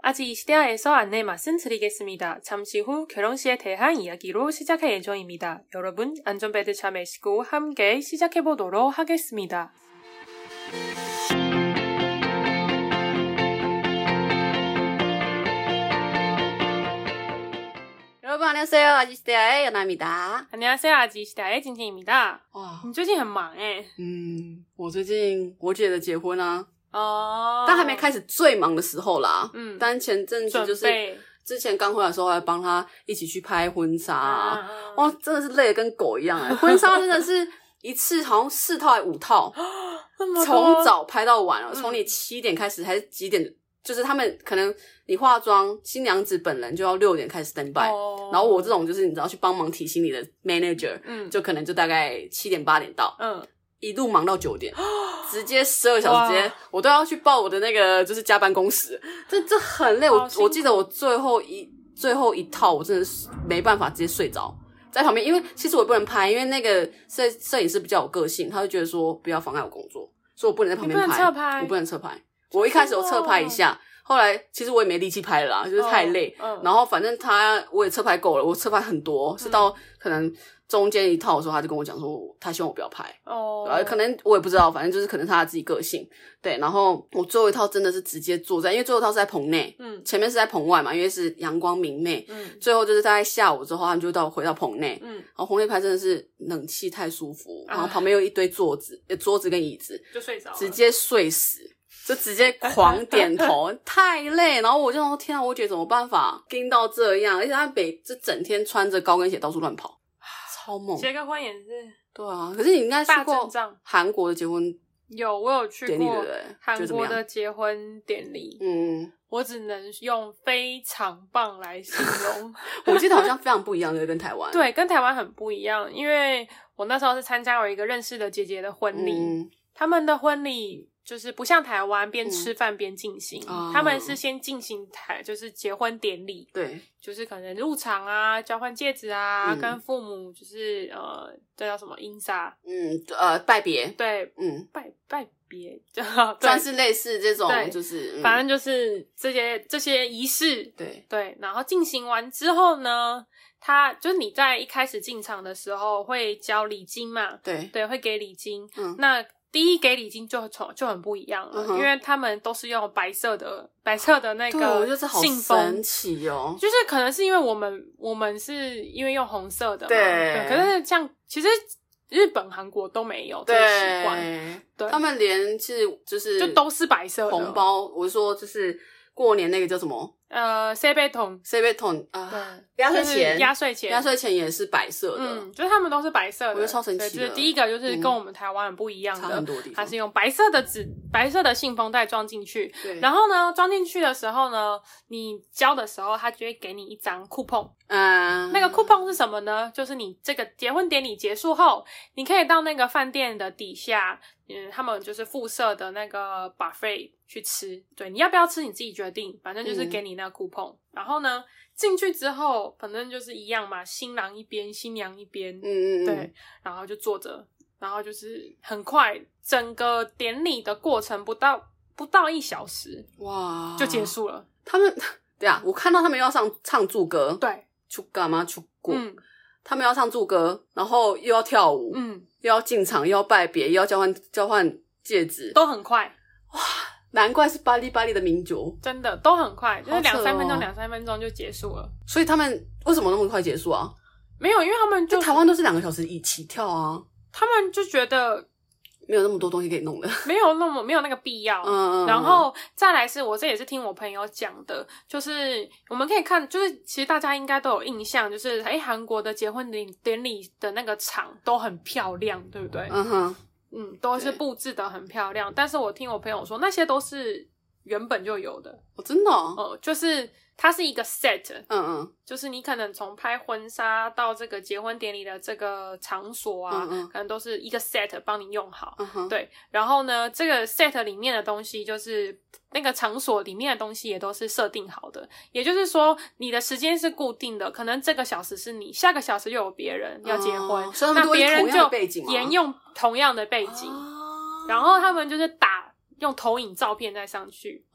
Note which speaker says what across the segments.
Speaker 1: 아직 이 시대하에서 안내 말씀드리겠습니다. 잠시 후 결혼시에 대한 이야기로 시작할 예정입니다. 여러분 안전벨트 잘 매시고 함께 시작해보도록 하겠습니다.
Speaker 2: 여러분 안녕하세요. 아지시대아의 연아입니다.
Speaker 1: 大家好，阿吉时代今天입니다 예.
Speaker 2: 哇，
Speaker 1: 你最近很忙哎、
Speaker 2: 嗯，我最近我姐的结婚啊，
Speaker 1: 哦，
Speaker 2: 但还没，开始最忙的时候啦。
Speaker 1: 嗯
Speaker 2: 但前阵子
Speaker 1: 准
Speaker 2: 就是
Speaker 1: 备
Speaker 2: 之前刚回来的时候，还帮她一起去拍婚纱、啊，
Speaker 1: 啊
Speaker 2: 哇，真的是累得跟狗一 样哎、婚纱真的是一次好像四套还五 套，
Speaker 1: 那么多
Speaker 2: 从早拍到晚哦，
Speaker 1: 嗯
Speaker 2: 从你七点开始还是几点？就是他们可能你化妆，新娘子本人就要六点开始 stand by，、
Speaker 1: 哦
Speaker 2: 然后我这种就是你知道去帮忙提醒你的 manager，
Speaker 1: 嗯
Speaker 2: 就可能就大概七点八点到，
Speaker 1: 嗯
Speaker 2: 一路忙到 九点，直接十二小时，直接
Speaker 1: 哇
Speaker 2: 我都要去报我的那个就是加班工时，这这很累。我
Speaker 1: 好辛苦
Speaker 2: 我记得我最后一最后一套，我真的是没办法直接睡着。在旁边，因为其实我也不能拍，因为那个摄摄影师比较有个性，他就觉得说不要妨碍我工作，所以我不能在旁边
Speaker 1: 你不能侧拍
Speaker 2: 我不能侧拍。我一开始有侧拍一
Speaker 1: 哦
Speaker 2: 下，后来其实我也没力气拍了啦，就是
Speaker 1: 어.
Speaker 2: 太累。
Speaker 1: 嗯嗯
Speaker 2: 然后反正他我也侧拍够了，我侧拍很多，
Speaker 1: 嗯
Speaker 2: 是到可能中间一套的时候，他就跟我讲说他希望我不要拍，
Speaker 1: 哦，
Speaker 2: 呃，可能我也不知道，反正就是可能是他自己个性。对，然后我最后一套真的是直接坐在，因为最后一套是在棚内，
Speaker 1: 嗯
Speaker 2: 前面是在棚外嘛，因为是阳光明媚。
Speaker 1: 嗯
Speaker 2: 最后就是大概下午之后，他们就到回到棚内，
Speaker 1: 嗯，
Speaker 2: 然后棚内拍真的是冷气太舒服，
Speaker 1: 啊
Speaker 2: 然后旁边有一堆桌子、呃桌子跟椅子，
Speaker 1: 就睡着了，
Speaker 2: 直接睡死，就直接狂点头，太累。然后我就想说，天啊，我姐怎么办法盯到这样？而且她每这整天穿着高跟鞋到处乱 跑，超猛。
Speaker 1: 结个婚也是
Speaker 2: 对啊，可是你应该去
Speaker 1: 大阵
Speaker 2: 过
Speaker 1: 仗。
Speaker 2: 韩国的结婚
Speaker 1: 有，我有去
Speaker 2: 典礼，对
Speaker 1: 过
Speaker 2: 不对？就
Speaker 1: 韩
Speaker 2: 怎么
Speaker 1: 国的
Speaker 2: 样？
Speaker 1: 结婚典礼，
Speaker 2: 嗯，
Speaker 1: 我只能用非常棒来形 容。
Speaker 2: 我记得好像非常不一样，对，跟台湾。，
Speaker 1: 对，跟台湾很不一样，因为我那时候是参加我一个认识的姐姐的婚礼，
Speaker 2: 嗯，
Speaker 1: 他们的婚礼就是不像台湾边吃饭边进行，
Speaker 2: 哦
Speaker 1: 他们是先进行台就是结婚典礼，
Speaker 2: 对，
Speaker 1: 就是可能入场啊、交换戒指啊，
Speaker 2: 嗯
Speaker 1: 跟父母就是呃，这叫什么姻纱？
Speaker 2: 嗯，呃，拜别，
Speaker 1: 对，
Speaker 2: 嗯，
Speaker 1: 拜拜别， 对
Speaker 2: 算是类似这种，
Speaker 1: 对
Speaker 2: 就是、嗯
Speaker 1: 反正就是这些这些仪式，
Speaker 2: 对，
Speaker 1: 对，然后进行完之后呢，他就是你在一开始进场的时候会交礼金嘛，
Speaker 2: 对，
Speaker 1: 对，会给礼金。
Speaker 2: 嗯
Speaker 1: 那第一给礼金就从就很不一样了，
Speaker 2: 嗯哼
Speaker 1: 因为他们都是用白色的白色的那
Speaker 2: 对，我
Speaker 1: 个
Speaker 2: 觉得这好
Speaker 1: 信
Speaker 2: 神
Speaker 1: 封。
Speaker 2: 奇哦。
Speaker 1: 就是可能是因为我们我们是因为用红色的嘛，
Speaker 2: 对
Speaker 1: 可是像其实日本、韩国都没有这个习惯，
Speaker 2: 对，
Speaker 1: 对
Speaker 2: 他们连是就是
Speaker 1: 就都是白色的
Speaker 2: 红。包，我是说就是过年那个叫什么
Speaker 1: 呃，塞贝桶，
Speaker 2: c b 桶
Speaker 1: 对
Speaker 2: 啊，，压岁
Speaker 1: 就是
Speaker 2: 钱，
Speaker 1: 压岁钱，
Speaker 2: 压岁钱也是白色的，
Speaker 1: 嗯，就是他们都是白色的，
Speaker 2: 我觉得超神奇的
Speaker 1: 对就是第一个就是
Speaker 2: 嗯
Speaker 1: 跟我们台湾很不一样
Speaker 2: 差很
Speaker 1: 的，
Speaker 2: 多地方。
Speaker 1: 它是用白色的纸、白色的信封袋装进去。
Speaker 2: 对，
Speaker 1: 然后呢，装进去的时候呢，你交的时候，他就会给你一张 coupon。
Speaker 2: 嗯，
Speaker 1: 那个 coupon 是什么呢？就是你这个结婚典礼结束后，你可以到那个饭店的底下，嗯，他们就是附设的那个 buffet 去吃。对，你要不要吃你自己决定，反正就是
Speaker 2: 嗯
Speaker 1: 给你那个 coupon。然后呢，进去之后，反正就是一样嘛，新郎一边，新娘一边，
Speaker 2: 嗯嗯嗯，
Speaker 1: 对，然后就坐着，然后就是很快，整个典礼的过程不到不到一小时
Speaker 2: 哇，
Speaker 1: 就结。束了。
Speaker 2: 他们对啊，我看到他们要上唱祝歌，，
Speaker 1: 对，
Speaker 2: 出干嘛出过，
Speaker 1: 嗯
Speaker 2: 他们要唱祝歌，然后又要跳舞，
Speaker 1: 嗯，
Speaker 2: 又要进场，又要拜别，又要交换交换戒指，
Speaker 1: 都很快，
Speaker 2: 难怪是巴黎巴黎的名酒。
Speaker 1: 真的都很快，就是
Speaker 2: 好
Speaker 1: 两
Speaker 2: 扯
Speaker 1: 三分钟，
Speaker 2: 哦
Speaker 1: 两三分钟就结束了。
Speaker 2: 所以他们为什么那么快结束啊？
Speaker 1: 没有，因为他们就
Speaker 2: 就台湾都是两个小时一起跳啊，
Speaker 1: 他们就觉得
Speaker 2: 没有那么多东西可以弄的。
Speaker 1: 没有那么没有那个必要，
Speaker 2: 嗯，
Speaker 1: 然后再来是我这也是听我朋友讲的，就是我们可以看，就是其实大家应该都有印象，就是哎，韩国的结婚典典礼的那个场都很漂亮，对不对？
Speaker 2: 嗯哼，
Speaker 1: 嗯，都是
Speaker 2: 对
Speaker 1: 布置的很漂亮。但是我听我朋友说，那些都是原本就有的，
Speaker 2: 我真的哦，
Speaker 1: 哦、就是它是一个 set，
Speaker 2: 嗯嗯
Speaker 1: 就是你可能从拍婚纱到这个结婚典礼的这个场所啊，
Speaker 2: 嗯嗯
Speaker 1: 可能都是一个 set 帮你用好。
Speaker 2: 嗯哼，
Speaker 1: 对，然后呢，这个 set 里面的东西就是那个场所里面的东西也都是设定好的，也就是说你的时间是固定的，可能这个小时是你，下个小时又有别人要结婚，
Speaker 2: 哦所以他
Speaker 1: 那
Speaker 2: 们都是
Speaker 1: 别人
Speaker 2: 同样的
Speaker 1: 就
Speaker 2: 背景吗
Speaker 1: 沿用同样的背景，
Speaker 2: 哦
Speaker 1: 然后他们就是打用投影照片再上去。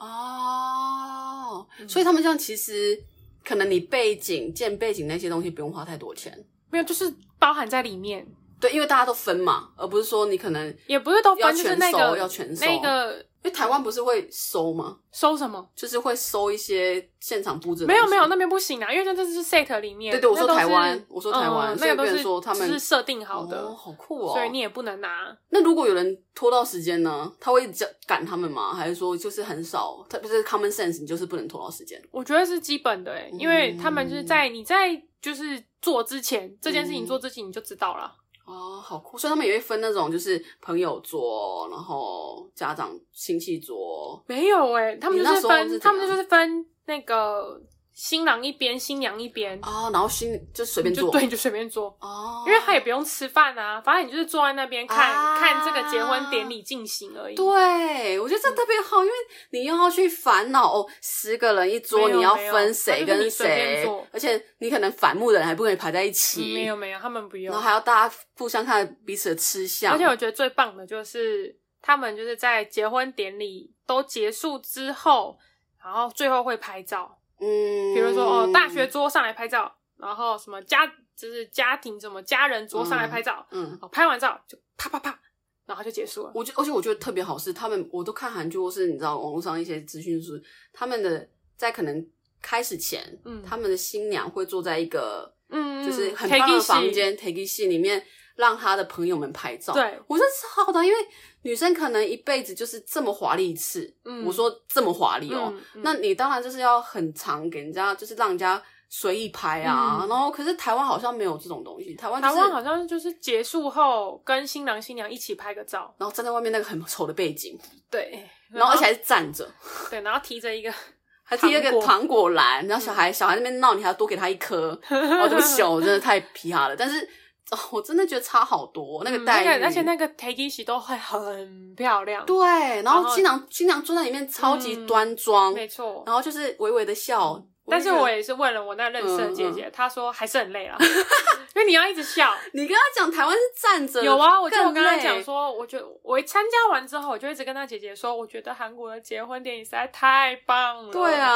Speaker 2: 哦，
Speaker 1: 嗯
Speaker 2: 所以他们这样其实可能你背景建背景那些东西不用花太多钱，
Speaker 1: 没有，就是包含在里面，
Speaker 2: 对，因为大家都分嘛，而不是说你可能因
Speaker 1: 也不是都
Speaker 2: 要
Speaker 1: 分，就是
Speaker 2: 全
Speaker 1: 那
Speaker 2: 收
Speaker 1: 个
Speaker 2: 要全收
Speaker 1: 那个
Speaker 2: 为台湾不是会收吗？
Speaker 1: 收什么？
Speaker 2: 就是会收一些现场布置的东
Speaker 1: 没
Speaker 2: 西，
Speaker 1: 有没有，那边不行啊，因为那这是 set 里面。
Speaker 2: 对对我
Speaker 1: 那
Speaker 2: 说
Speaker 1: 都是
Speaker 2: 台湾我说台湾
Speaker 1: 嗯、
Speaker 2: 所以
Speaker 1: 那个都
Speaker 2: 变
Speaker 1: 是
Speaker 2: 成说他们
Speaker 1: 只是设定好的，
Speaker 2: 哦，好酷哦。
Speaker 1: 所以你也不能拿。
Speaker 2: 那如果有人拖到时间呢？他会讲赶他们吗？还是说就是很少？他不是 common sense，你就是不能拖到时间。
Speaker 1: 我觉得是基本的、欸，因
Speaker 2: 嗯
Speaker 1: 为他们就是在你在就是做之前这件事
Speaker 2: 嗯
Speaker 1: 情做之前你就知道了。
Speaker 2: 哦，好酷！所以他们也会分那种就是朋友桌，然后家长亲戚桌。
Speaker 1: 没有哎、他们就
Speaker 2: 你那时
Speaker 1: 是
Speaker 2: 候
Speaker 1: 分，
Speaker 2: 是怎
Speaker 1: 他
Speaker 2: 样
Speaker 1: 们就是分那个新郎一边，新娘一边，
Speaker 2: 哦，然后新就随便
Speaker 1: 你就
Speaker 2: 坐，
Speaker 1: 对，你就随便坐。
Speaker 2: 哦，
Speaker 1: 因为他也不用吃饭啊，反正你就是坐在那边看、
Speaker 2: 啊
Speaker 1: 看这个结婚典礼进行而已。
Speaker 2: 对，我觉得
Speaker 1: 嗯
Speaker 2: 这特别好，因为你又要去烦恼哦，十个人一桌，
Speaker 1: 没有
Speaker 2: 你要
Speaker 1: 没有
Speaker 2: 分
Speaker 1: 他
Speaker 2: 谁
Speaker 1: 就是
Speaker 2: 跟
Speaker 1: 你随便
Speaker 2: 谁
Speaker 1: 坐，
Speaker 2: 而且你可能反目的人还不可以排在
Speaker 1: 嗯
Speaker 2: 一
Speaker 1: 没
Speaker 2: 起，
Speaker 1: 有没有，他们不用
Speaker 2: 然后。还要大家互相看彼此的吃相，
Speaker 1: 而且我觉得最棒的就是他们就是在结婚典礼都结束之后，然后最后会拍照，
Speaker 2: 嗯，
Speaker 1: 比如说哦大学桌上来拍照，然后什么家就是家庭什么家人桌上来拍照，
Speaker 2: 嗯，
Speaker 1: 哦拍完照就啪啪啪，然后就结束了。
Speaker 2: 我觉而且我觉得特别好是他们，我都看韩剧或是你知道网络上一些资讯是他们的在可能开始前，
Speaker 1: 嗯
Speaker 2: 他们的新娘会坐在一个
Speaker 1: 嗯，
Speaker 2: 就是很
Speaker 1: 可以
Speaker 2: 漂亮的
Speaker 1: 洗
Speaker 2: 房间 t a k e 戏里面，让他的朋友们拍照。
Speaker 1: 对，
Speaker 2: 我觉得超好的，因为女生可能一辈子就是这么华丽一次。
Speaker 1: 嗯
Speaker 2: 我说这么华丽哦，
Speaker 1: 嗯嗯
Speaker 2: 那你当然就是要很常给人家，就是让人家随意拍啊。
Speaker 1: 嗯
Speaker 2: 然后可是台湾好像没有这种东西，台湾哦就
Speaker 1: 台
Speaker 2: 是
Speaker 1: 湾好像就是结束后跟新郎新娘一起拍个照，
Speaker 2: 然后站在外面那个很丑的背景，
Speaker 1: 对，
Speaker 2: 然后而且还是站着。
Speaker 1: 对，然后提着一个
Speaker 2: 还提了
Speaker 1: 糖
Speaker 2: 个
Speaker 1: 果嗯
Speaker 2: 糖果篮，然后小孩、小孩那边闹，你还要多给他 一颗。哦，对不起哦，我真的太皮哈了。但是、哦、我真的觉得差好多那个
Speaker 1: 嗯
Speaker 2: 待遇，
Speaker 1: 那个而且那个 take i s h 都会很漂亮，
Speaker 2: 对，然
Speaker 1: 然
Speaker 2: 后
Speaker 1: 后
Speaker 2: 新郎新娘坐在里面超级
Speaker 1: 嗯
Speaker 2: 端庄，
Speaker 1: 没错。
Speaker 2: 然后就是微微的笑。
Speaker 1: 但是
Speaker 2: 就觉得
Speaker 1: 我也是问了我那认识的姐
Speaker 2: 嗯
Speaker 1: 姐，她说还是很 累啊，因为你要一直笑。
Speaker 2: 你跟他讲台湾是站着，
Speaker 1: 有啊，我就我
Speaker 2: 更
Speaker 1: 跟她
Speaker 2: 累
Speaker 1: 讲，说，我觉得我参加完之后，我就一直跟她姐姐说，我觉得韩国的结婚典礼实在太棒了。
Speaker 2: 对，啊，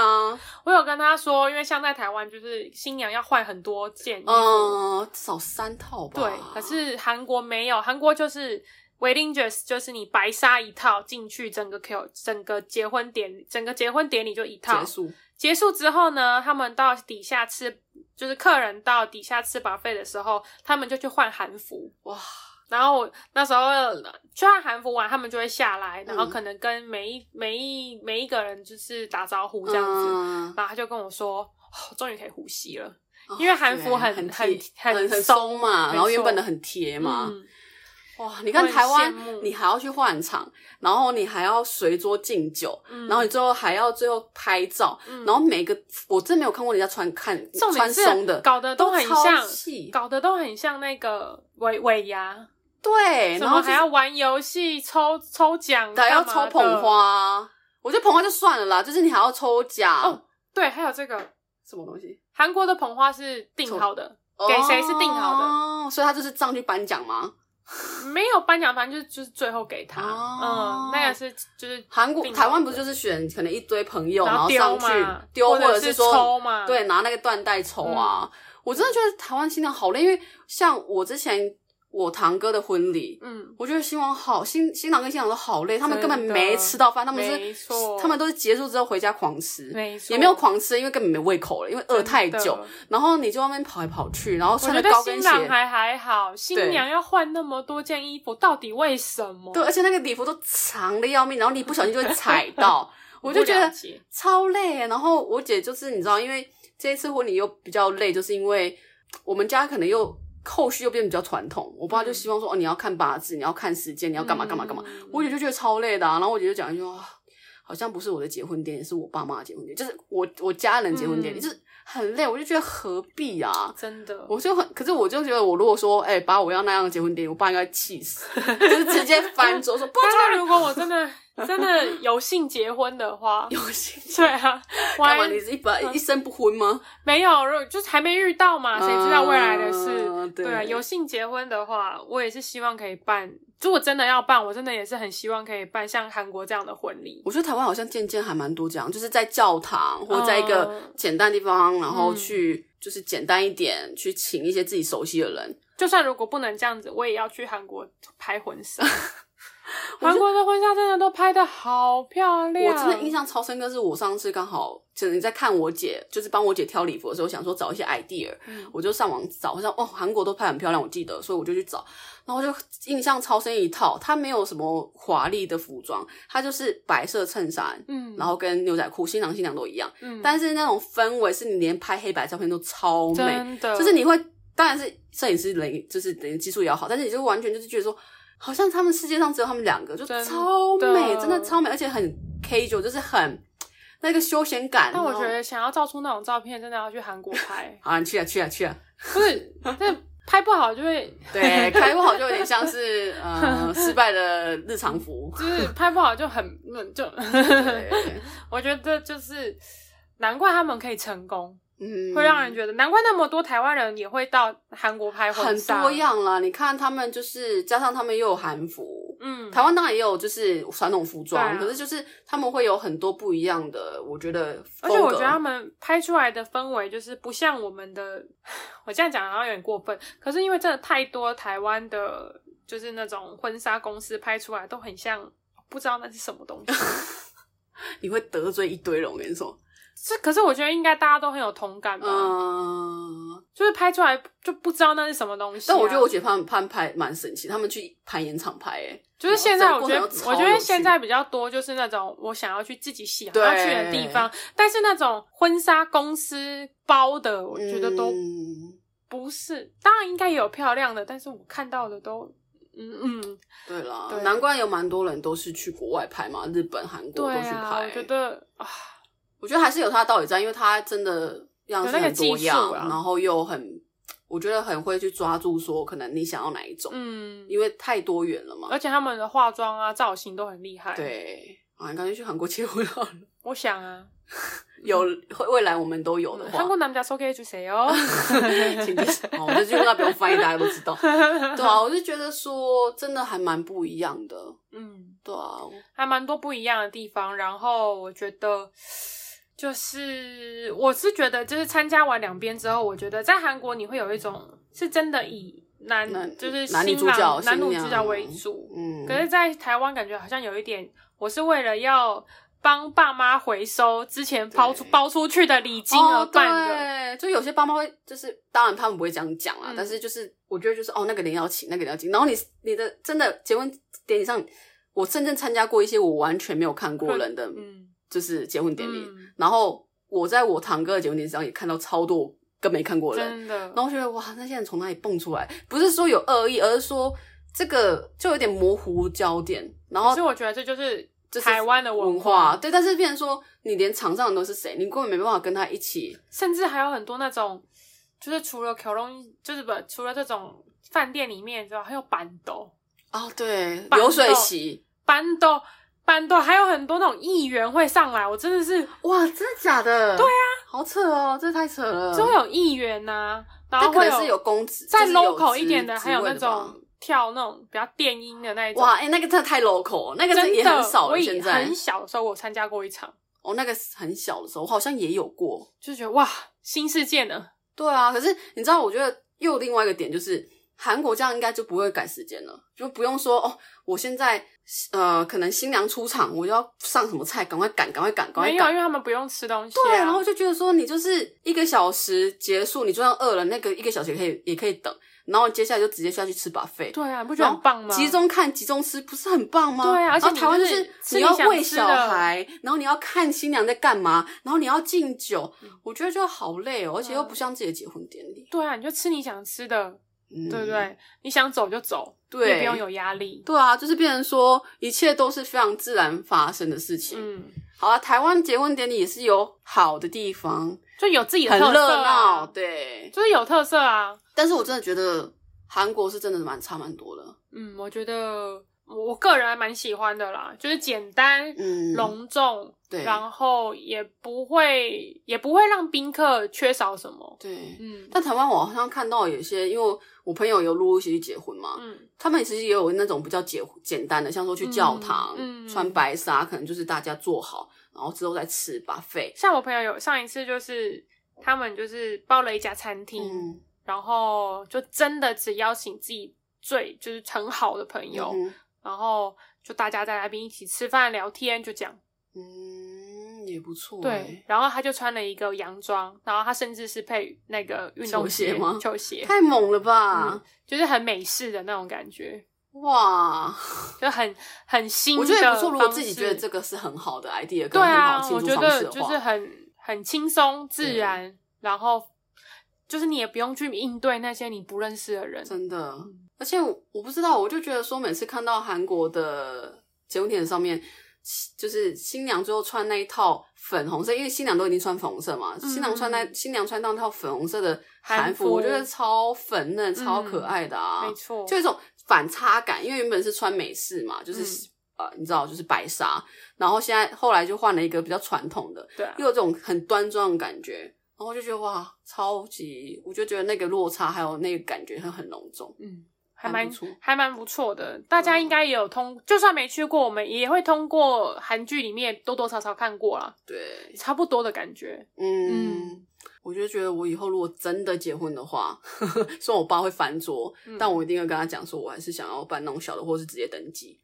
Speaker 1: 我有跟她说，因为像在台湾，就是新娘要换很多件衣服，
Speaker 2: 嗯，至少三套吧。
Speaker 1: 对，可是韩国没有，韩国就是。wedding dress 就是你白纱一套进去，整个 Q 整个结婚典整个结婚典礼就一套
Speaker 2: 结束
Speaker 1: 结束之后呢，他们到底下吃，就是客人到底下吃 buffet 的时候，他们就去换韩服。
Speaker 2: 哇，
Speaker 1: 然后我那时候呃去换韩服完，他们就会下来，然后
Speaker 2: 嗯
Speaker 1: 可能跟每一每一每一个人就是打招呼这样子。
Speaker 2: 嗯
Speaker 1: 然后他就跟我说：“哦，终于可以呼吸了。
Speaker 2: 哦
Speaker 1: 因为韩服
Speaker 2: 对
Speaker 1: 很
Speaker 2: 很
Speaker 1: 很
Speaker 2: 贴
Speaker 1: 很
Speaker 2: 很
Speaker 1: 松
Speaker 2: 松嘛，
Speaker 1: 没
Speaker 2: 然后原
Speaker 1: 错
Speaker 2: 本的很贴嘛，
Speaker 1: 嗯
Speaker 2: 哇，你看
Speaker 1: 我很
Speaker 2: 台湾
Speaker 1: 羡慕，
Speaker 2: 你还要去换场，然后你还要随桌敬酒，
Speaker 1: 嗯
Speaker 2: 然后你最后还要最后拍照，
Speaker 1: 嗯
Speaker 2: 然后每个我真没有看过人家穿看
Speaker 1: 重点
Speaker 2: 穿
Speaker 1: 是
Speaker 2: 松的，
Speaker 1: 搞得都很
Speaker 2: 超
Speaker 1: 像
Speaker 2: 细
Speaker 1: 搞得都很像那个尾尾牙，
Speaker 2: 对，
Speaker 1: 什
Speaker 2: 然
Speaker 1: 么
Speaker 2: 后就是
Speaker 1: 还要玩游戏、抽抽奖，
Speaker 2: 还要
Speaker 1: 干
Speaker 2: 抽
Speaker 1: 嘛
Speaker 2: 捧
Speaker 1: 的
Speaker 2: 花，我觉得捧花就算了啦，就是你还要抽奖，
Speaker 1: 哦对，还有这个
Speaker 2: 什么东西？
Speaker 1: 韩国的捧花是定好的，给谁是定好的
Speaker 2: 哦，所以他就是上去颁奖吗？
Speaker 1: 没有颁奖，反正就是就是最后给他。
Speaker 2: 哦
Speaker 1: 嗯，那个是就是
Speaker 2: 韩国
Speaker 1: 定好的
Speaker 2: 台湾不就是选可能一堆朋友，
Speaker 1: 然
Speaker 2: 然后上
Speaker 1: 丢
Speaker 2: 去
Speaker 1: 嘛，
Speaker 2: 丢，
Speaker 1: 或
Speaker 2: 或者
Speaker 1: 是
Speaker 2: 说
Speaker 1: 抽嘛，
Speaker 2: 对，，拿那个缎带抽
Speaker 1: 嗯
Speaker 2: 啊。我真的觉得台湾新娘好累，因为像我之前我堂哥的婚礼，
Speaker 1: 嗯，
Speaker 2: 我觉得新郎好新新郎跟新娘都好累，他们根本
Speaker 1: 真的
Speaker 2: 没吃到饭，他们
Speaker 1: 没
Speaker 2: 是
Speaker 1: 错
Speaker 2: 他们都是结束之后回家狂吃。
Speaker 1: 没错，
Speaker 2: 也没有狂吃，因为根本没胃口了，因为饿太
Speaker 1: 真的
Speaker 2: 久。。然后你就外面跑来跑去，然后
Speaker 1: 我
Speaker 2: 穿
Speaker 1: 觉
Speaker 2: 着
Speaker 1: 得
Speaker 2: 高跟
Speaker 1: 新
Speaker 2: 鞋，
Speaker 1: 郎还还好，新
Speaker 2: 对
Speaker 1: 娘要换那么多件衣服，到底为什么？
Speaker 2: 对，而且那个礼服都长的要命，然后你不小心就会 踩到，我就觉得
Speaker 1: 不了解
Speaker 2: 超累。欸然后我姐就是你知道，因为这一次婚礼又比较累，就是因为我们家可能又后续又变得比较传统，我爸就希望说、哦，你要看八字，你要看时间，你要干嘛干嘛干嘛。
Speaker 1: 嗯
Speaker 2: 我姐就觉得超累的、啊，然后我姐就讲一句话，好像不是我的结婚典礼，是我爸妈的结婚典礼，就是我我家人结婚典礼，
Speaker 1: 嗯
Speaker 2: 就是很累。我就觉得何必啊？
Speaker 1: 真的，
Speaker 2: 我就很，可是我就觉得，我如果说，哎、 把我要那样的结婚典礼，我爸应该气死，就是直接翻桌说不准
Speaker 1: 但是如果我真的真的有幸结婚的话，
Speaker 2: 有幸
Speaker 1: 对啊，我
Speaker 2: 干
Speaker 1: 还
Speaker 2: 嘛？你是一把
Speaker 1: 嗯
Speaker 2: 一生不婚吗？
Speaker 1: 没有，如果就是还没遇到嘛，谁知道未来的事？
Speaker 2: 啊对
Speaker 1: 对啊，有幸结婚的话，我也是希望可以办。如果真的要办，我真的也是很希望可以办像韩国这样的婚礼。
Speaker 2: 我觉得台湾好像渐渐还蛮多这样，就是在教堂或在一个
Speaker 1: 嗯
Speaker 2: 简单的地方，然后
Speaker 1: 嗯
Speaker 2: 去就是简单一点，去请一些自己熟悉的人。
Speaker 1: 就算如果不能这样子，我也要去韩国拍婚 纱。韩国的婚纱真的都拍的好漂亮，
Speaker 2: 我真的印象超深刻，是我上次刚好可能在看我姐，就是帮我姐挑礼服的时候，想说找一些 idea，、
Speaker 1: 嗯
Speaker 2: 我就上网找，好像哦韩国都拍很漂亮，我记得，所以我就去找，然后我就印象超深一套，它没有什么华丽的服装，它就是白色衬衫，
Speaker 1: 嗯，
Speaker 2: 然后跟牛仔裤，新郎新娘都一样，
Speaker 1: 嗯，
Speaker 2: 但是那种氛围是你连拍黑白照片都超美，
Speaker 1: 真的
Speaker 2: 就是你会，当然是摄影师人，就是等于技术也要好，但是你就完全就是觉得说，好像他们世界上只有他们两个，就
Speaker 1: 真的
Speaker 2: 超美，真的超美，而且很 casual，就是很那个休闲感。
Speaker 1: 但我
Speaker 2: 然
Speaker 1: 觉
Speaker 2: 后，，
Speaker 1: 得想要照出那种照片，真的要去韩国拍
Speaker 2: 好啊，你去啊，去啊，去啊！
Speaker 1: 不是，但拍不好就会，
Speaker 2: 对，开不好就有点像是 呃失败的日常服。
Speaker 1: 就是拍不好就很，嗯就，
Speaker 2: 对，
Speaker 1: 我觉得就是难怪他们可以成功，
Speaker 2: 嗯，
Speaker 1: 会让人觉得难怪那么多台湾人也会到韩国拍婚
Speaker 2: 很
Speaker 1: 纱，
Speaker 2: 多，样啦。你看他们就是加上他们又有韩服，
Speaker 1: 嗯，
Speaker 2: 台湾当然也有就是传统服装，
Speaker 1: 对啊
Speaker 2: 可是就是他们会有很多不一样的，我觉得
Speaker 1: 而
Speaker 2: 风格。
Speaker 1: 且我觉得他们拍出来的氛围就是不像我们的，我这样讲好像有点过分，可是因为真的太多台湾的，就是那种婚纱公司拍出来都很像，不知道那是什么东 西。
Speaker 2: 你会得罪一堆人，我跟你说。
Speaker 1: 这可是我觉得应该大家都很有同感吧，
Speaker 2: 嗯，
Speaker 1: 就是拍出来就不知道那是什么东西啊、
Speaker 2: 但我觉得我姐他们他们拍蛮神奇，他们去攀岩场拍、欸，
Speaker 1: 就是现在，
Speaker 2: 整
Speaker 1: 我
Speaker 2: 个过
Speaker 1: 觉
Speaker 2: 程
Speaker 1: 得
Speaker 2: 都超
Speaker 1: 我觉
Speaker 2: 有
Speaker 1: 得
Speaker 2: 趣
Speaker 1: 现在比较多就是那种我想要去自己喜欢
Speaker 2: 对
Speaker 1: 要去的地方，但是那种婚纱公司包的，我觉得都
Speaker 2: 嗯、
Speaker 1: 不是。当然应该也有漂亮的，但是我看到的都，嗯嗯，
Speaker 2: 对啦，
Speaker 1: 对
Speaker 2: 难怪有蛮多人都是去国外拍嘛，日本、韩国
Speaker 1: 对
Speaker 2: 都去
Speaker 1: 啊，
Speaker 2: 拍、
Speaker 1: 我觉得啊，
Speaker 2: 我觉得还是有它的道理在，因为它真的样式
Speaker 1: 有那
Speaker 2: 很
Speaker 1: 个技
Speaker 2: 多
Speaker 1: 术
Speaker 2: 样，
Speaker 1: 啊
Speaker 2: 然后又很，我觉得很会去抓住说可能你想要哪一种，
Speaker 1: 嗯，
Speaker 2: 因为太多元了嘛。
Speaker 1: 而且他们的化妆啊、造型都很厉害。，
Speaker 2: 对啊，你干脆去韩国结婚好了。
Speaker 1: 我想啊，
Speaker 2: 有
Speaker 1: 嗯
Speaker 2: 会未来我们都有的话
Speaker 1: 韩，国男家 OK 就谁哦？
Speaker 2: 请你哦，我这句话不用翻译，大家都知道。对啊，我就觉得说真的还蛮不一样的。
Speaker 1: 嗯。
Speaker 2: 对啊，
Speaker 1: 还蛮多不一样的地方。然后我觉得，就是我是觉得，就是参加完两边之后，我觉得在韩国你会有一种是真的以男
Speaker 2: 男
Speaker 1: 就是新
Speaker 2: 男女主
Speaker 1: 郎
Speaker 2: 角
Speaker 1: 男
Speaker 2: 新
Speaker 1: 女
Speaker 2: 娘
Speaker 1: 主角为主，
Speaker 2: 嗯，
Speaker 1: 可是，在台湾感觉好像有一点，我是为了要。帮爸妈回收之前抛出
Speaker 2: 对
Speaker 1: 包出去的礼金而办的，
Speaker 2: 哦、对，就有些爸妈会，就是当然他们不会这样讲啦，
Speaker 1: 嗯
Speaker 2: 但是就是我觉得就是哦，那个人要请，那个人要请，然后你你的真的结婚典礼上，我真正参加过一些我完全没有看过人的，
Speaker 1: 嗯，
Speaker 2: 就是结婚典礼，
Speaker 1: 嗯
Speaker 2: 然后我在我堂哥的结婚典礼上也看到超多我更没看过的人，
Speaker 1: 真的
Speaker 2: 然，后我觉得哇，那些人从哪里蹦出来？不是说有恶意，而是说这个就有点模糊焦点，然后
Speaker 1: 所以我觉得这就是
Speaker 2: 就是
Speaker 1: 台湾的
Speaker 2: 文化
Speaker 1: 化，
Speaker 2: 对，但是变成说你连场上人都是谁，你根本没办法跟他一起。
Speaker 1: 甚至还有很多那种，就是除了烤龙，就是不除了这种饭店里面之外，还有板豆、
Speaker 2: 哦，对，
Speaker 1: 伴奏
Speaker 2: 流水席，
Speaker 1: 板豆、板豆，还有很多那种议员会上来，我真的是嗯
Speaker 2: 哇，真的假的？对啊，好扯哦，这太扯了。
Speaker 1: 就会有议员呐、然
Speaker 2: 但
Speaker 1: 后
Speaker 2: 可
Speaker 1: 会
Speaker 2: 能是有公职，
Speaker 1: 再
Speaker 2: 就是有
Speaker 1: local
Speaker 2: 职
Speaker 1: 一点的，还有
Speaker 2: 职位
Speaker 1: 那
Speaker 2: 的吧
Speaker 1: 种跳那种比较电音的那一种。
Speaker 2: 哇，哎、那个真的太 local，那个
Speaker 1: 真的
Speaker 2: 也很少
Speaker 1: 我
Speaker 2: 了。
Speaker 1: 以
Speaker 2: 现在
Speaker 1: 很小的时候，我参加过一场，
Speaker 2: 哦，那个很小的时候，我好像也有过。
Speaker 1: 就觉得哇，新世界呢。
Speaker 2: 对啊，可是你知道，我觉得又有另外一个点就是，韩国这样应该就不会改时间了，就不用说哦，我现在呃，可能新娘出场，我就要上什么菜，赶快赶，赶快赶，赶快
Speaker 1: 没有，因
Speaker 2: 赶。
Speaker 1: 为他们不用吃东西、啊。
Speaker 2: 对，然后就觉得说，你就是一个小时结束，你就算饿了，那个一个小时也可以也可以等，然后接下来就直接下去吃 buffet，
Speaker 1: 对啊，你不觉
Speaker 2: 然
Speaker 1: 得
Speaker 2: 后
Speaker 1: 很棒吗？
Speaker 2: 集中看，集中吃，不是很棒吗？
Speaker 1: 对啊而且
Speaker 2: 然后
Speaker 1: 你
Speaker 2: 台湾就
Speaker 1: 就是是
Speaker 2: 你要
Speaker 1: 吃你想
Speaker 2: 喂
Speaker 1: 吃
Speaker 2: 小
Speaker 1: 的
Speaker 2: 孩，然后你要看新娘在干嘛，然后你要敬酒，
Speaker 1: 嗯
Speaker 2: 我觉得就好累哦，而且又
Speaker 1: 啊
Speaker 2: 不像自己的结婚典礼，
Speaker 1: 对啊，你就吃你想吃的，
Speaker 2: 嗯
Speaker 1: 对不？对？你想走就走，
Speaker 2: 对
Speaker 1: 你不用有压力。
Speaker 2: 对啊，就是变成说一切都是非常自然发生的事情。
Speaker 1: 嗯，
Speaker 2: 好啊，台湾结婚典礼也是有好的地方，
Speaker 1: 就有自己的
Speaker 2: 很
Speaker 1: 特色、
Speaker 2: 热
Speaker 1: 啊，
Speaker 2: 闹，，对。
Speaker 1: 就是有特色啊。
Speaker 2: 但是我真的觉得韩国是真的蛮差蛮多的，
Speaker 1: 嗯，我觉得我个人还蛮喜欢的啦，就是简单、
Speaker 2: 嗯，
Speaker 1: 隆重，
Speaker 2: 对
Speaker 1: 然后也不会也不会让宾客缺少什么。
Speaker 2: 对。
Speaker 1: 嗯
Speaker 2: 但台湾我好像看到有些，因为我朋友有陆陆续续结婚嘛，
Speaker 1: 嗯，
Speaker 2: 他们其实也有那种比较简简单的，像说去教堂、
Speaker 1: 嗯嗯
Speaker 2: 穿白纱，可能就是大家做好，然后之后再吃吧费。
Speaker 1: 像我朋友有上一次就是他们就是包了一家餐厅，
Speaker 2: 嗯，
Speaker 1: 然后就真的只邀请自己最就是很好的朋友，
Speaker 2: 嗯
Speaker 1: 然后就大家在那边一起吃饭聊天，就这样。
Speaker 2: 嗯，也不错、
Speaker 1: 对，，然后他就穿了一个洋装，然后他甚至是配那个运动
Speaker 2: 球鞋
Speaker 1: 鞋
Speaker 2: 吗
Speaker 1: 球鞋，嗯
Speaker 2: 太啊猛了吧！
Speaker 1: 就是很美式的那种感觉，
Speaker 2: 哇，
Speaker 1: 就很很新的
Speaker 2: 我
Speaker 1: 方式。
Speaker 2: 觉得也不错。如果自己觉得这个是很好的 idea，
Speaker 1: 对
Speaker 2: 跟很好
Speaker 1: 啊
Speaker 2: 的，庆
Speaker 1: 我
Speaker 2: 祝
Speaker 1: 觉
Speaker 2: 方式
Speaker 1: 得
Speaker 2: 的
Speaker 1: 就
Speaker 2: 话，
Speaker 1: 是很很轻松自然，然后就是你也不用去应对那些你不认识的人。
Speaker 2: 真的。
Speaker 1: 嗯
Speaker 2: 而且我我不知道，我就觉得说，每次看到韩国的结婚典礼上面，新就是新娘最后穿那一套粉红色，因为新娘都已经穿粉红色嘛，
Speaker 1: 嗯
Speaker 2: 新娘穿那新娘穿那套粉红色的
Speaker 1: 韩
Speaker 2: 韩
Speaker 1: 服嗯
Speaker 2: 我觉得超粉嫩、超可爱的啊，
Speaker 1: 没错，
Speaker 2: 就有一种反差感，因为原本是穿美式嘛，就是、呃，你知道，就是白纱，然后现在后来就换了一个比较传统的，
Speaker 1: 对啊，
Speaker 2: 又有这种很端庄的感觉，然后我就觉得哇，超级，我就觉得那个落差还有那个感觉很很隆重，
Speaker 1: 嗯，还
Speaker 2: 蛮
Speaker 1: 蛮
Speaker 2: 不错嗯
Speaker 1: 还蛮不错的。大家应该也有通，就算没去过，我们也会通过韩剧里面多多少少看过啦，
Speaker 2: 对，
Speaker 1: 差不多的感觉。
Speaker 2: 嗯。我就觉得，我以后如果真的结婚的话， 虽然我爸会翻桌，但我一定会跟他讲说，我还是想要办那种小的，或是直接登记，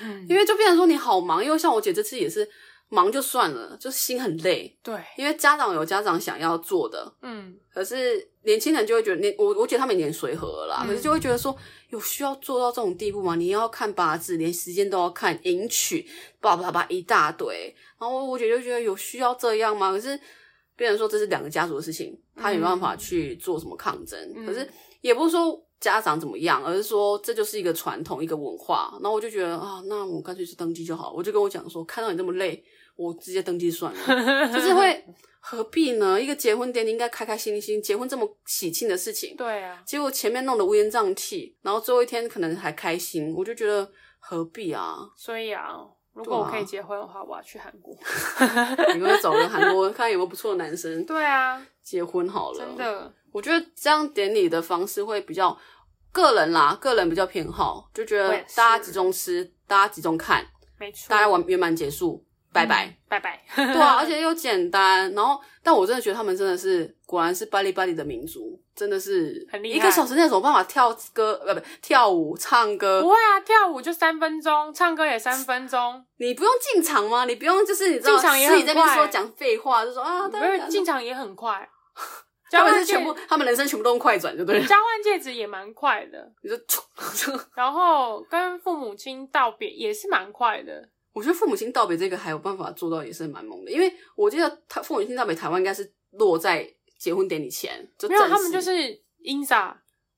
Speaker 1: 嗯，
Speaker 2: 因为就变成说你好忙，因为像我姐这次也是忙就算了，就心很累，
Speaker 1: 对，
Speaker 2: 因为家长有家长想要做的，
Speaker 1: 嗯，
Speaker 2: 可是年轻人就会觉得，年我我觉得他们已经随和了啦，
Speaker 1: 嗯
Speaker 2: 可是就会觉得说，有需要做到这种地步吗？你要看八字，连时间都要看，迎娶，叭叭叭一大堆。然后我姐就觉得有需要这样吗？可是别人说这是两个家族的事情，他也没办法去做什么抗争。
Speaker 1: 嗯
Speaker 2: 可是也不是说家长怎么样，而是说这就是一个传统，一个文化。然后我就觉得啊，那我干脆去登记就好。我就跟我讲说，看到你这么累，我直接登记算了。
Speaker 1: 嗯
Speaker 2: 就是会何必呢？一个结婚典礼应该开开心心，结婚这么喜庆的事情，
Speaker 1: 对啊，？
Speaker 2: 结果前面弄得乌烟瘴气，然后最后一天可能还开心，我就觉得何必啊
Speaker 1: 所以啊。如果我
Speaker 2: 对啊
Speaker 1: 可以结婚的话，我要去韩 国。
Speaker 2: 你会找个韩国看有没有不错的男生
Speaker 1: 对啊，
Speaker 2: 结婚好了。
Speaker 1: 真，的，
Speaker 2: 我觉得这样典礼的方式会比较个人啦，个人比较偏好，就觉
Speaker 1: 我
Speaker 2: 得
Speaker 1: 也是嗯
Speaker 2: 大家集中吃，大家集中看，
Speaker 1: 没错。
Speaker 2: 大家完圆满结束，拜拜。
Speaker 1: 嗯，拜拜。
Speaker 2: 对啊，而且又简单。然后，但我真的觉得他们真的是，果然是巴黎巴黎的民族，真的是
Speaker 1: 很厉害
Speaker 2: 一个小时内有办法跳歌，呃，不跳舞、唱歌
Speaker 1: 不。会啊，跳舞就三分钟，唱歌也三分钟，
Speaker 2: 你不用进场吗？你不用就是你知道，
Speaker 1: 进场也
Speaker 2: 自己
Speaker 1: 很
Speaker 2: 在那边
Speaker 1: 快
Speaker 2: 说讲废话，就说啊，
Speaker 1: 没
Speaker 2: 对
Speaker 1: 有进场也很 快。
Speaker 2: 他
Speaker 1: 交
Speaker 2: 们
Speaker 1: 换
Speaker 2: 是
Speaker 1: 戒
Speaker 2: 全部，他们人生全部都用快转，就 对了。
Speaker 1: 交换戒指也蛮快的，
Speaker 2: 你就 就，
Speaker 1: 然后跟父母亲道别也是蛮快的。
Speaker 2: 我觉得父母亲道别这个还有办法做到，也是蛮猛的。因为我记得他父母亲道别台湾应该是落在结婚典礼前，就
Speaker 1: 没有，
Speaker 2: 正
Speaker 1: 他们
Speaker 2: 式
Speaker 1: 就是 insa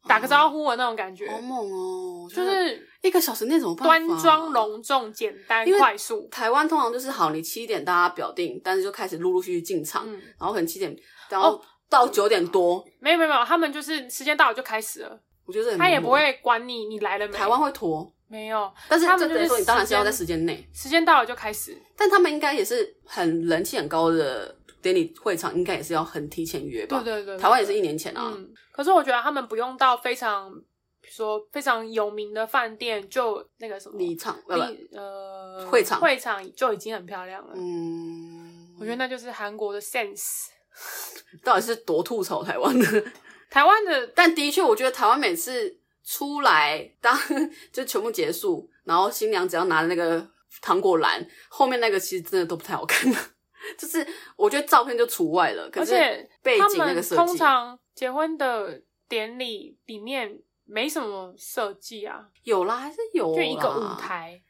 Speaker 1: 打个招呼的那种感觉，
Speaker 2: 好猛哦，
Speaker 1: 就
Speaker 2: 真的
Speaker 1: 是
Speaker 2: 一个小时内怎么办法
Speaker 1: 端庄、隆重、简单
Speaker 2: 因、为
Speaker 1: 快速。
Speaker 2: 台湾通常就是好，你七点大家表定，但是就开始陆陆续续进场，
Speaker 1: 嗯，哦
Speaker 2: 然后可能七点，然后到九点多，
Speaker 1: 没有没有没有，他们就是时间到了就开始了，
Speaker 2: 我觉得这很
Speaker 1: 他也
Speaker 2: 猛
Speaker 1: 不会管你你来了没。
Speaker 2: 台湾会拖，
Speaker 1: 没有，
Speaker 2: 但是
Speaker 1: 他
Speaker 2: 这
Speaker 1: 们就
Speaker 2: 等于
Speaker 1: 是
Speaker 2: 说你当然是要在
Speaker 1: 时
Speaker 2: 时间内，
Speaker 1: 时间到了就开始。
Speaker 2: 但他们应该也是很人气很高的典礼会场，应该也是要很提前约吧？
Speaker 1: 对对对，
Speaker 2: 台湾也是一年前啊，
Speaker 1: 嗯，可是我觉得他们不用到非常，比如说非常有名的饭店，就那个什么
Speaker 2: 礼场呃不，
Speaker 1: 礼呃
Speaker 2: 会场
Speaker 1: 会场就已经很漂亮了。
Speaker 2: 嗯，
Speaker 1: 我觉得那就是韩国的 sense，
Speaker 2: 到底是多吐槽台湾的？
Speaker 1: 台湾的
Speaker 2: 但的确，我觉得台湾每次出来当 就全部结束，然后新娘只要拿着那个糖果篮，后面那个其实真的都不太好看 就是我觉得照片就除外了，可
Speaker 1: 而
Speaker 2: 是
Speaker 1: 且
Speaker 2: 背
Speaker 1: 他
Speaker 2: 景那个
Speaker 1: 们
Speaker 2: 设
Speaker 1: 通
Speaker 2: 计，
Speaker 1: 常结婚的典礼里面没什么设计啊，
Speaker 2: 有啦，还是有
Speaker 1: 就一个
Speaker 2: 啦
Speaker 1: 舞。台，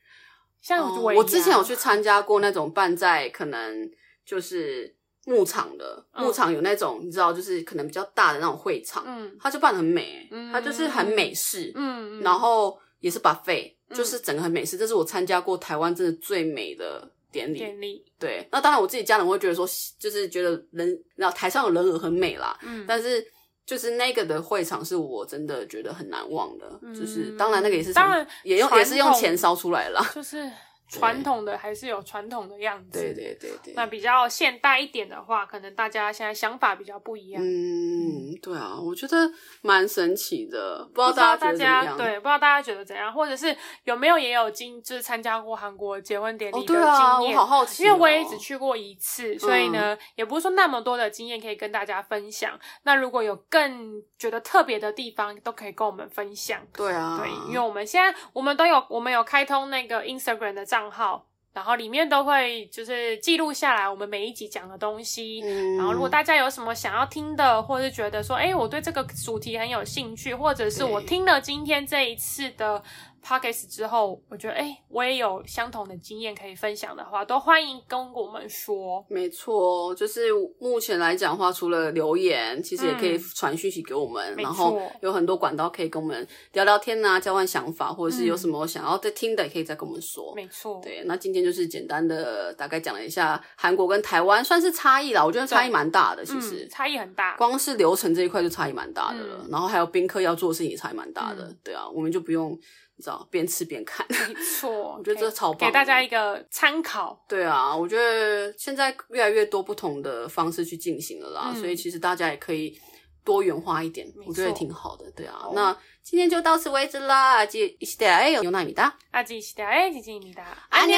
Speaker 1: 像
Speaker 2: 哦
Speaker 1: 尾牙
Speaker 2: 我之前有去参加过那种办在可能就是牧场的，
Speaker 1: 嗯
Speaker 2: 牧场有那种你知道，就是可能比较大的那种会场，
Speaker 1: 嗯
Speaker 2: 它就办的很美、
Speaker 1: 嗯
Speaker 2: 它就是很美式，
Speaker 1: 嗯，嗯
Speaker 2: 然后也是 buffet，、
Speaker 1: 嗯
Speaker 2: 就是整个很美式，这是我参加过台湾真的最美的典礼。
Speaker 1: 典礼，
Speaker 2: 对，那当然我自己家人会觉得说，就是觉得人，然后台上有人很美啦，
Speaker 1: 嗯，
Speaker 2: 但是就是那个的会场是我真的觉得很难忘的，
Speaker 1: 嗯
Speaker 2: 就是当然那个也是从
Speaker 1: 当然
Speaker 2: 也用也是用
Speaker 1: 传统
Speaker 2: 钱烧出来的啦。
Speaker 1: 就是传统的还是有传统的样子。
Speaker 2: 对对对对，
Speaker 1: 那比较现代一点的话，可能大家现在想法比较不一样。
Speaker 2: 嗯，对啊，我觉得蛮神奇的，不知
Speaker 1: 不
Speaker 2: 道
Speaker 1: 知道
Speaker 2: 大家
Speaker 1: 大
Speaker 2: 觉得
Speaker 1: 家
Speaker 2: 怎么样？
Speaker 1: 对，不知道大家觉得怎样，或者是有没有也有经就是参加过韩国结婚典礼
Speaker 2: 哦，
Speaker 1: 的经
Speaker 2: 对
Speaker 1: 验？
Speaker 2: 啊，我好好奇哦、嗯
Speaker 1: 因为我也只去过一次，所以呢，也不是说那么多的经验可以跟大家分享。那如果有更觉得特别的地方，都可以跟我们分享。
Speaker 2: 对啊，
Speaker 1: 对，因为我们现在我们都有我们有开通那个 Instagram 的账号，然后里面都会就是记录下来我们每一集讲的东西。
Speaker 2: 嗯
Speaker 1: 然后，如果大家有什么想要听的，或者是觉得说，哎，我对这个主题很有兴趣，或者是
Speaker 2: 对
Speaker 1: 我听了今天这一次的 p o c k e t 之后，我觉得，哎，我也有相同的经验可以分享的话，都欢迎跟我们说。
Speaker 2: 没错，就是目前来讲的话，除了留言，其实也可以
Speaker 1: 嗯
Speaker 2: 传讯息给我们，
Speaker 1: 没错
Speaker 2: 然后有很多管道可以跟我们聊聊天呐、交换想法，或者是有什么想要再听的，也可以再跟我们说。
Speaker 1: 嗯没错，
Speaker 2: 对，那今天就是简单的大概讲了一下韩国跟台湾算是差异啦，我觉得差异
Speaker 1: 对
Speaker 2: 蛮大的，其实、
Speaker 1: 嗯，差异很大。
Speaker 2: 光是流程这一块就差异蛮大的了，
Speaker 1: 嗯
Speaker 2: 然后还有宾客要做的事情也差异蛮大的，
Speaker 1: 嗯
Speaker 2: 对啊，我们就不用你知道边吃边看，
Speaker 1: 没错，
Speaker 2: 我觉得这
Speaker 1: 给
Speaker 2: 超棒的
Speaker 1: 给大家一个参考。
Speaker 2: 对啊，我觉得现在越来越多不同的方式去进行了啦，
Speaker 1: 嗯
Speaker 2: 所以其实大家也可以多元化一点
Speaker 1: 没，错
Speaker 2: 我觉得也挺好的。对啊
Speaker 1: 好，
Speaker 2: 那今天就到此
Speaker 1: 啊
Speaker 2: 为止啦，记一起的哎，牛奶米达，
Speaker 1: 阿吉西达，哎，吉吉米达。
Speaker 2: 安妞。